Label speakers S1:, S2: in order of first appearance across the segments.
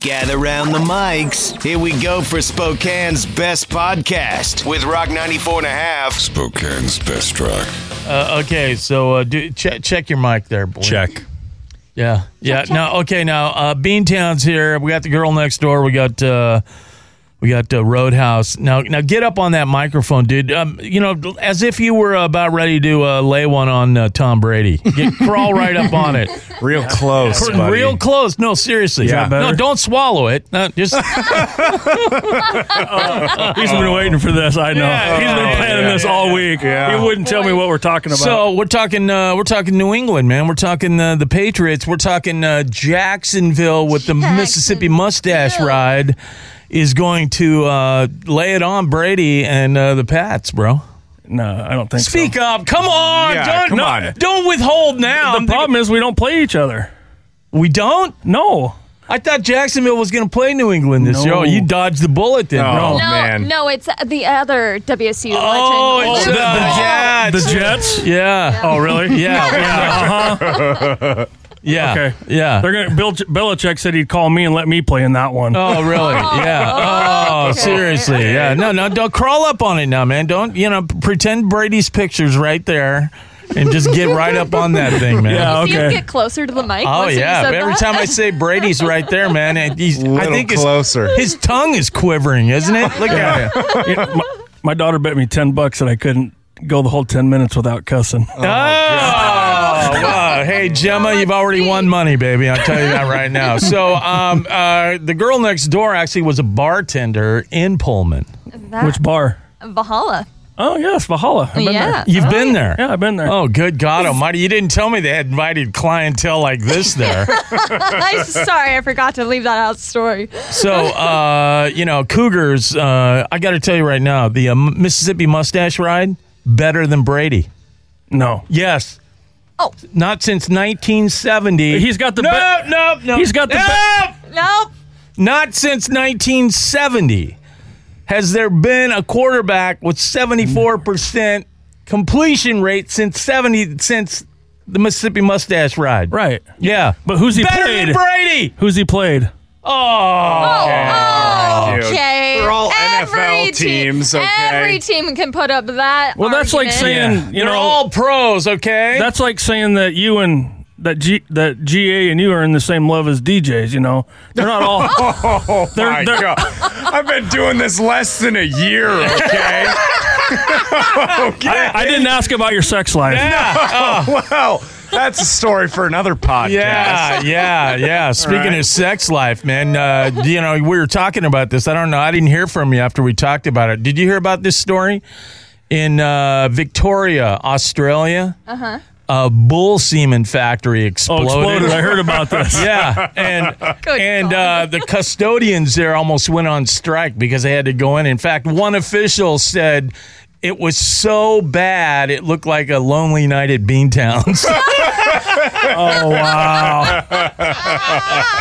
S1: Gather round the mics. Here we go for Spokane's best podcast with Rock 94 and a half.
S2: Spokane's best rock.
S3: Uh, okay, so uh, do, check check your mic there, boy.
S4: Check.
S3: Yeah, yeah. Now, okay, now uh, Beantown's here. We got the girl next door. We got uh, we got uh, Roadhouse. Now, now get up on that microphone, dude. Um, you know, as if you were about ready to uh, lay one on uh, Tom Brady. Get, crawl right up on it,
S4: Real
S3: Oh,
S4: close. buddy.
S3: real close. No, seriously.
S4: Yeah.
S3: No, don't swallow it. No, just
S5: He's been waiting for this. I know.
S3: Yeah,
S5: He's
S3: yeah,
S5: been planning
S3: yeah,
S5: this all week.
S4: Yeah.
S5: He wouldn't tell me what we're talking about.
S3: So we're talking, uh, we're talking New England, man. We're talking uh, the Patriots. We're talking uh, Jacksonville with the Mississippi Mustache
S6: Jacksonville.
S3: Ride is going to uh, lay it on Brady and uh, the Pats, bro.
S5: no, I don't think
S3: Speak
S5: so.
S3: up! Come on,
S4: Yeah,
S3: don't
S4: come
S3: no-
S4: on.
S3: don't withhold now.
S5: The problem is we don't play each other.
S3: we don't.
S5: No.
S3: I thought Jacksonville was going to play New England this
S5: No.
S3: year. Oh, You dodged the bullet, then.
S4: No.
S3: bro.
S6: No,
S4: man.
S6: no, it's uh, the other WSU legend.
S3: Oh, it's
S6: Luke
S3: the-
S6: Falk.
S3: yeah.
S5: The Jets?
S3: Yeah.
S5: Oh, really?
S3: Yeah.
S5: Yeah. Uh-huh.
S3: Yeah.
S5: Okay.
S3: Yeah.
S5: They're gonna Bill Belichick said he'd call me and let me play in that one.
S3: Oh, really? Yeah. Oh,
S6: okay.
S3: seriously? Yeah. No, no. Don't crawl up on it now, man. Don't you know? Pretend Brady's pictures right there, and just get right up on that thing, man.
S5: Yeah.
S6: See
S5: Okay.
S6: you get closer to the mic.
S3: Oh
S6: once you
S3: yeah!
S6: said
S3: Every
S6: that?
S3: time I say Brady's right there, man, and he's, I
S4: Little
S3: think his,
S4: closer.
S3: his tongue is quivering, isn't it? Look at it.
S5: You know, my, my daughter bet me ten bucks that I couldn't go the whole ten minutes without cussing.
S3: Oh, wow! Hey, Gemma, you've already won money, baby. I'll tell you that right now. So, um, uh, the girl next door actually was a bartender in Pullman.
S6: That-
S5: Which bar?
S6: Valhalla.
S5: Oh yes, Valhalla. I've been
S6: Yeah.
S3: You've been there.
S5: there. Yeah, I've been there.
S3: Oh, good God Almighty! You didn't tell me they had invited clientele like this there.
S6: I'm sorry, I forgot to leave that out story.
S3: so, uh, you know, Cougars. Uh, I got to tell you right now, the uh, Mississippi Mustache Ride better than Brady.
S5: No.
S3: Yes.
S6: Oh.
S3: Not since 1970.
S5: He's got the
S3: no,
S5: be-
S3: no, no.
S5: He's got the
S3: no.
S6: Nope.
S3: Not since 1970 has there been a quarterback with 74% completion rate since 70 since the Mississippi Mustache Ride.
S5: Right.
S3: Yeah.
S5: But who's he
S3: Better
S5: played?
S3: than Brady.
S5: Who's he played?
S3: Oh.
S4: Dude,
S6: Okay.
S4: They're all
S6: Every
S4: NFL teams, okay?
S6: Every team can put up that.
S5: Well, that's like
S6: argument.
S5: saying you
S3: They're
S5: know
S3: all pros, okay?
S5: That's like saying that you and that G, that GA and you are in the same love as DJs. You know, they're not all.
S4: Oh
S5: They're-
S4: my
S5: they're-
S4: god! I've been doing this less than a year. Okay. okay.
S5: I didn't ask about your sex life.
S4: Well, that's a story for another podcast.
S3: yeah, yeah, yeah. Speaking
S4: right.
S3: of sex life, man, uh, you know, we were talking about this. I don't know. I didn't hear from you after we talked about it. Did you hear about this story in uh, Victoria, Australia? Uh-huh. A bull semen factory
S5: Oh,
S3: exploded.
S5: exploded! I heard about this.
S3: yeah, and
S6: Good
S3: and
S6: God.
S3: uh, the custodians there almost went on strike because they had to go in. In fact, one official said it was so bad it looked like a lonely night at Beantown's.
S5: Oh wow.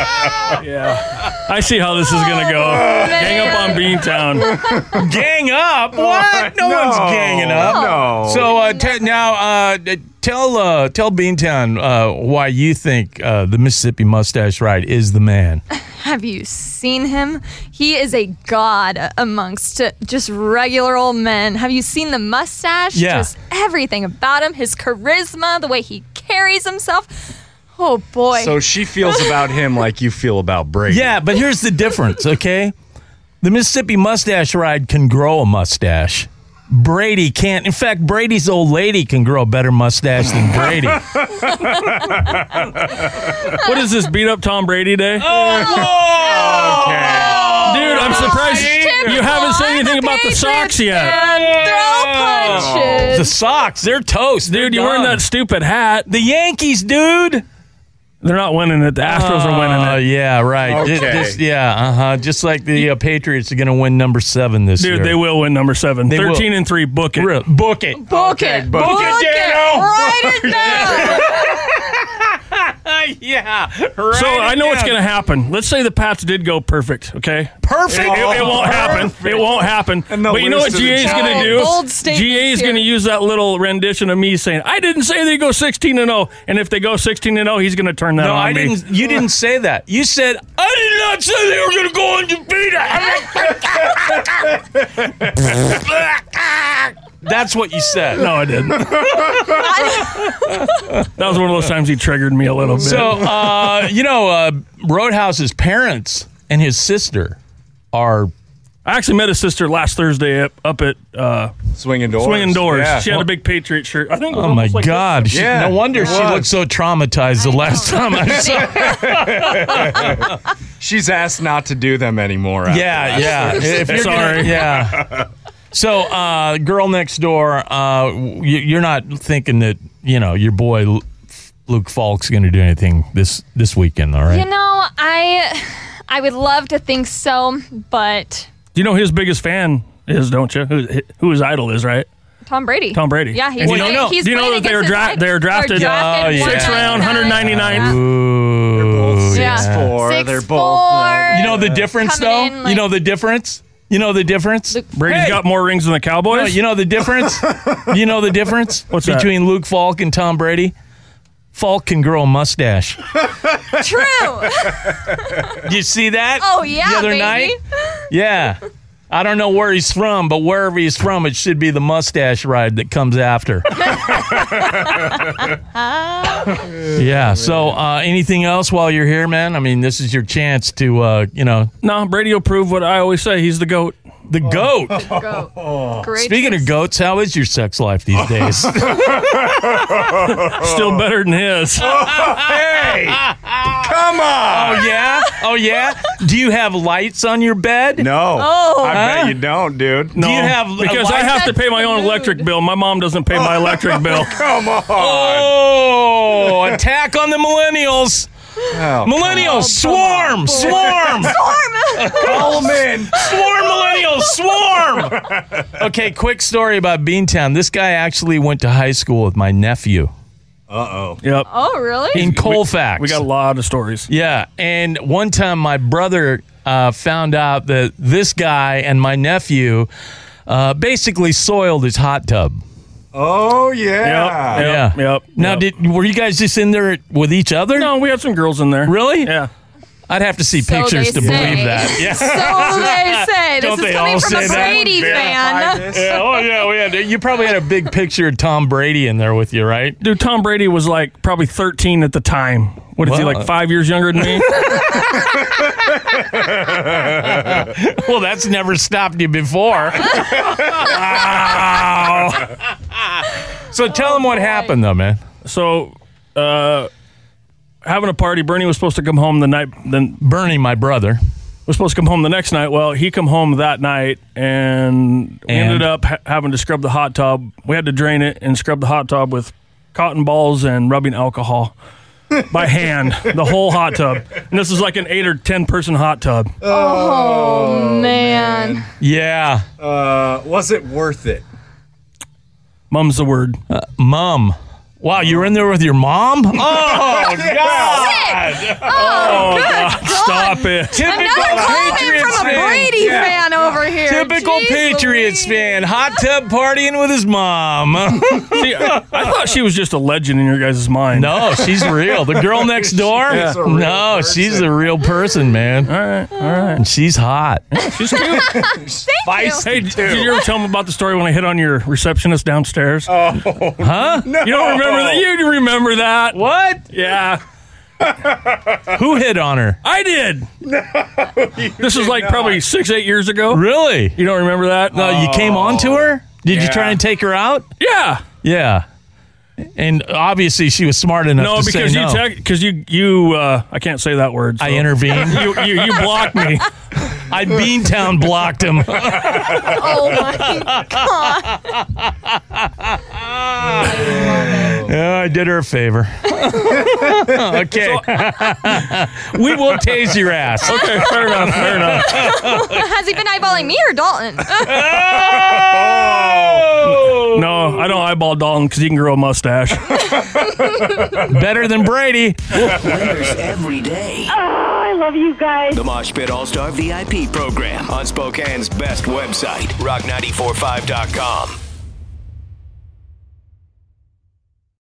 S5: yeah. I see how this is gonna go. Hang up on Beantown.
S3: gang up? What? No, one's ganging up.
S4: No.
S3: So uh, te- now, uh, d- tell uh, tell Beantown uh, why you think uh, the Mississippi Mustache Ride is the man.
S6: Have you seen him? He is a god amongst just regular old men. Have you seen the mustache?
S3: Yeah.
S6: Just everything about him, his charisma, the way he carries himself. Oh boy.
S4: So she feels about him like you feel about Brady.
S3: yeah, but here's the difference. Okay, the Mississippi Mustache Ride can grow a mustache. Brady can't. In fact, Brady's old lady can grow a better mustache than Brady.
S5: What is this? Beat up Tom Brady day?
S4: Okay.
S5: Dude, I'm surprised you haven't said anything about the socks yet.
S6: Throw punches.
S3: the socks, they're toast. They're
S5: Dude, you're wearing
S3: done.
S5: that stupid hat.
S3: The Yankees, dude.
S5: They're not winning it. The Astros are winning
S3: Oh
S5: it.
S3: yeah, right. Ju-
S4: Okay.
S3: just- yeah, uh huh. Just like the uh, Patriots are going to win number seven this year.
S5: Dude, they will win number seven.
S3: will.
S5: 13 and 3, book it.
S3: Real- book it.
S6: Book
S4: book it.
S6: it. Book it.
S4: Dano.
S6: Write it down.
S3: yeah.
S5: So I know what's going to
S3: happen.
S5: happen. Let's say the Pats did go perfect, okay?
S3: Perfect.
S5: It, it won't happen. It won't happen.
S4: And they'll
S5: But you know
S4: lose to
S5: what
S4: the
S5: GA is going to
S6: Giants.
S5: do?
S6: Bold statements
S5: GA is going to
S6: here.
S5: use that little rendition of me saying, "I didn't say they go 16 and 0." And if they go 16 and 0, he's going to turn that
S3: No,
S5: on
S3: I
S5: me.
S3: didn't. You didn't say that. You said I did not say they were going to go undefeated. I mean- That's what you said.
S5: No, I didn't. that was one of those times he triggered me a little bit.
S3: So uh, you know, uh, Roadhouse's parents and his sister are
S5: I actually met his sister last Thursday up, up at uh,
S4: Swinging doors.
S5: Swinging Doors.
S4: Yeah.
S5: She had a big Patriot shirt. I think. It was
S3: Oh my
S5: almost like
S3: God! She,
S4: Yeah,
S3: no wonder
S4: it
S3: she
S4: was.
S3: looked so traumatized the last time I saw.
S4: She's asked not to do them anymore. after
S3: Yeah,
S4: that.
S3: yeah. If you're
S5: Sorry.
S3: gonna- yeah. So, uh, girl next door, uh, you, you're not thinking that you know your boy Lu- Luke Falk's going to do anything this this weekend, all right?
S6: You know, I I would love to think so, but
S5: this. You know who his biggest fan is, don't you? Who, who his idol is, right?
S6: Tom Brady.
S5: Tom Brady.
S6: Yeah, he's
S5: And you
S6: playing-
S5: don't know-
S6: he's
S5: do you know
S6: playing
S5: that they were
S6: against
S5: dra-
S6: his-
S5: they were drafted-
S3: Oh, yeah.
S5: Sixth round, 199th.
S3: Ooh.
S4: Both
S6: Yeah.
S4: six, four.
S6: Six,
S4: They're both.
S6: four.
S3: You know the difference,
S6: Coming
S3: though.
S6: in,
S3: you
S6: like-
S3: know the difference. You know the difference.
S6: Luke-
S5: Brady's
S3: Hey!
S5: got more rings than the Cowboys.
S3: No, you know the difference. you know the difference
S5: What's that?
S3: between Luke Falk and Tom Brady. Falk can grow a mustache.
S6: True.
S3: You see that?
S6: Oh yeah,
S3: The other
S6: baby.
S3: night. Yeah. I don't know where he's from, but wherever he's from, it should be the mustache ride that comes after. yeah. So, uh, anything else while you're here, man? I mean, this is your chance to, uh, you know,
S5: no, Brady will prove what I always say. He's the goat.
S3: the
S6: Oh.
S3: goat.
S6: Go. Great.
S3: Oh. Speaking of goats, how is your sex life these days?
S5: Still better than his.
S4: Come on.
S3: oh yeah. Oh yeah. Do you have lights on your bed?
S4: No.
S6: Oh.
S4: I
S3: Huh?
S4: bet you don't, dude.
S5: No,
S3: you have a
S5: because I
S3: light-
S5: have to pay my own
S6: That's
S5: electric
S6: rude.
S5: bill. My mom doesn't pay my electric bill.
S4: Come on.
S3: Oh, attack on the millennials.
S4: Oh,
S3: Millennials, swarm, swarm.
S4: Coleman.
S3: Swarm millennials, swarm. Okay, quick story about Beantown. This guy actually went to high school with my nephew
S4: Uh-oh.
S5: Yep.
S6: Oh really?
S3: in Colfax.
S5: We got a lot of stories.
S3: yeah, and one time my brother uh, found out that this guy and my nephew uh, basically soiled his hot tub.
S4: Oh, yeah.
S5: Yep.
S3: yeah.
S5: Yep.
S3: Now,
S5: yep.
S3: did were you guys just in there with each other?
S5: No, we had some girls in there.
S3: Really?
S5: Yeah.
S3: I'd have to see
S6: So
S3: pictures
S6: they
S3: to
S6: say.
S3: believe that. Yeah.
S6: So they say.
S3: Don't
S6: This
S3: they
S6: is
S3: all
S6: coming from
S3: say
S6: a
S3: that?
S6: Brady
S4: Verify
S6: fan.
S4: this.
S3: Yeah, oh yeah, we had. You probably had a big picture of Tom Brady in there with you, right?
S5: Dude, Tom Brady was like probably 13 at the time. What is he,
S3: Wow.
S5: like five years younger than me?
S3: Well, that's never stopped you before. wow. So tell
S6: Oh,
S3: him what happened, though, man.
S5: so, uh, having a party, Bernie was supposed to come home the night, then
S3: Bernie, my brother.
S5: was supposed to come home the next night. Well, he come home that night, and we
S3: And?
S5: ended up ha- having to scrub the hot tub. We had to drain it and scrub the hot tub with cotton balls and rubbing alcohol by hand, the whole hot tub. And this is like an eight or ten person hot tub.
S6: Oh man.
S3: Yeah,
S4: Uh, was it worth it?
S5: Mum's the word.
S3: mom. Wow, Uh, you were in there with your mom? Oh, God.
S5: Stop it.
S3: Typical
S6: Another comment
S3: Patriots
S6: from a
S3: fan.
S6: Brady fan over here.
S3: Typical
S6: Oh, Jeez
S3: Patriots
S6: Louise.
S3: fan. Hot tub partying with his mom.
S5: See, I, I thought she was just a legend in your guys' mind.
S3: No, she's real. The girl next door?
S4: She's a real
S3: no, she's
S4: person.
S3: a real person, man.
S5: All right, all right.
S3: And she's hot.
S5: She's cute.
S3: Feisty.
S5: Hey, did you ever tell them about the story when I hit on your receptionist downstairs?
S3: Oh,
S4: No.
S5: you don't remember that? You remember that?
S3: What?
S5: Yeah.
S3: Who hit on her?
S5: I did. this is like probably six, eight years ago.
S3: Really?
S5: You don't remember that?
S3: No, you came on to her? Did you try
S4: Yeah.
S3: and take her out?
S5: yeah.
S3: Yeah. And obviously she was smart enough
S5: No,
S3: to
S5: because
S3: say
S5: you
S3: no.
S5: because you you uh, I can't say that word.
S3: I
S5: so-
S3: intervened.
S5: You, you you blocked me.
S3: I Beantown blocked him.
S6: Oh my god.
S3: Yeah, I did her a favor. okay. we will tase your ass.
S5: Okay, fair enough. Fair enough.
S6: Has he been eyeballing me or Dalton?
S5: No, I don't eyeball Dalton because he can grow a mustache.
S3: Better than Brady.
S7: Winners every day.
S8: Oh, I love you guys.
S4: The Mosh Pit All Star VIP program on Spokane's best website, rock945.com.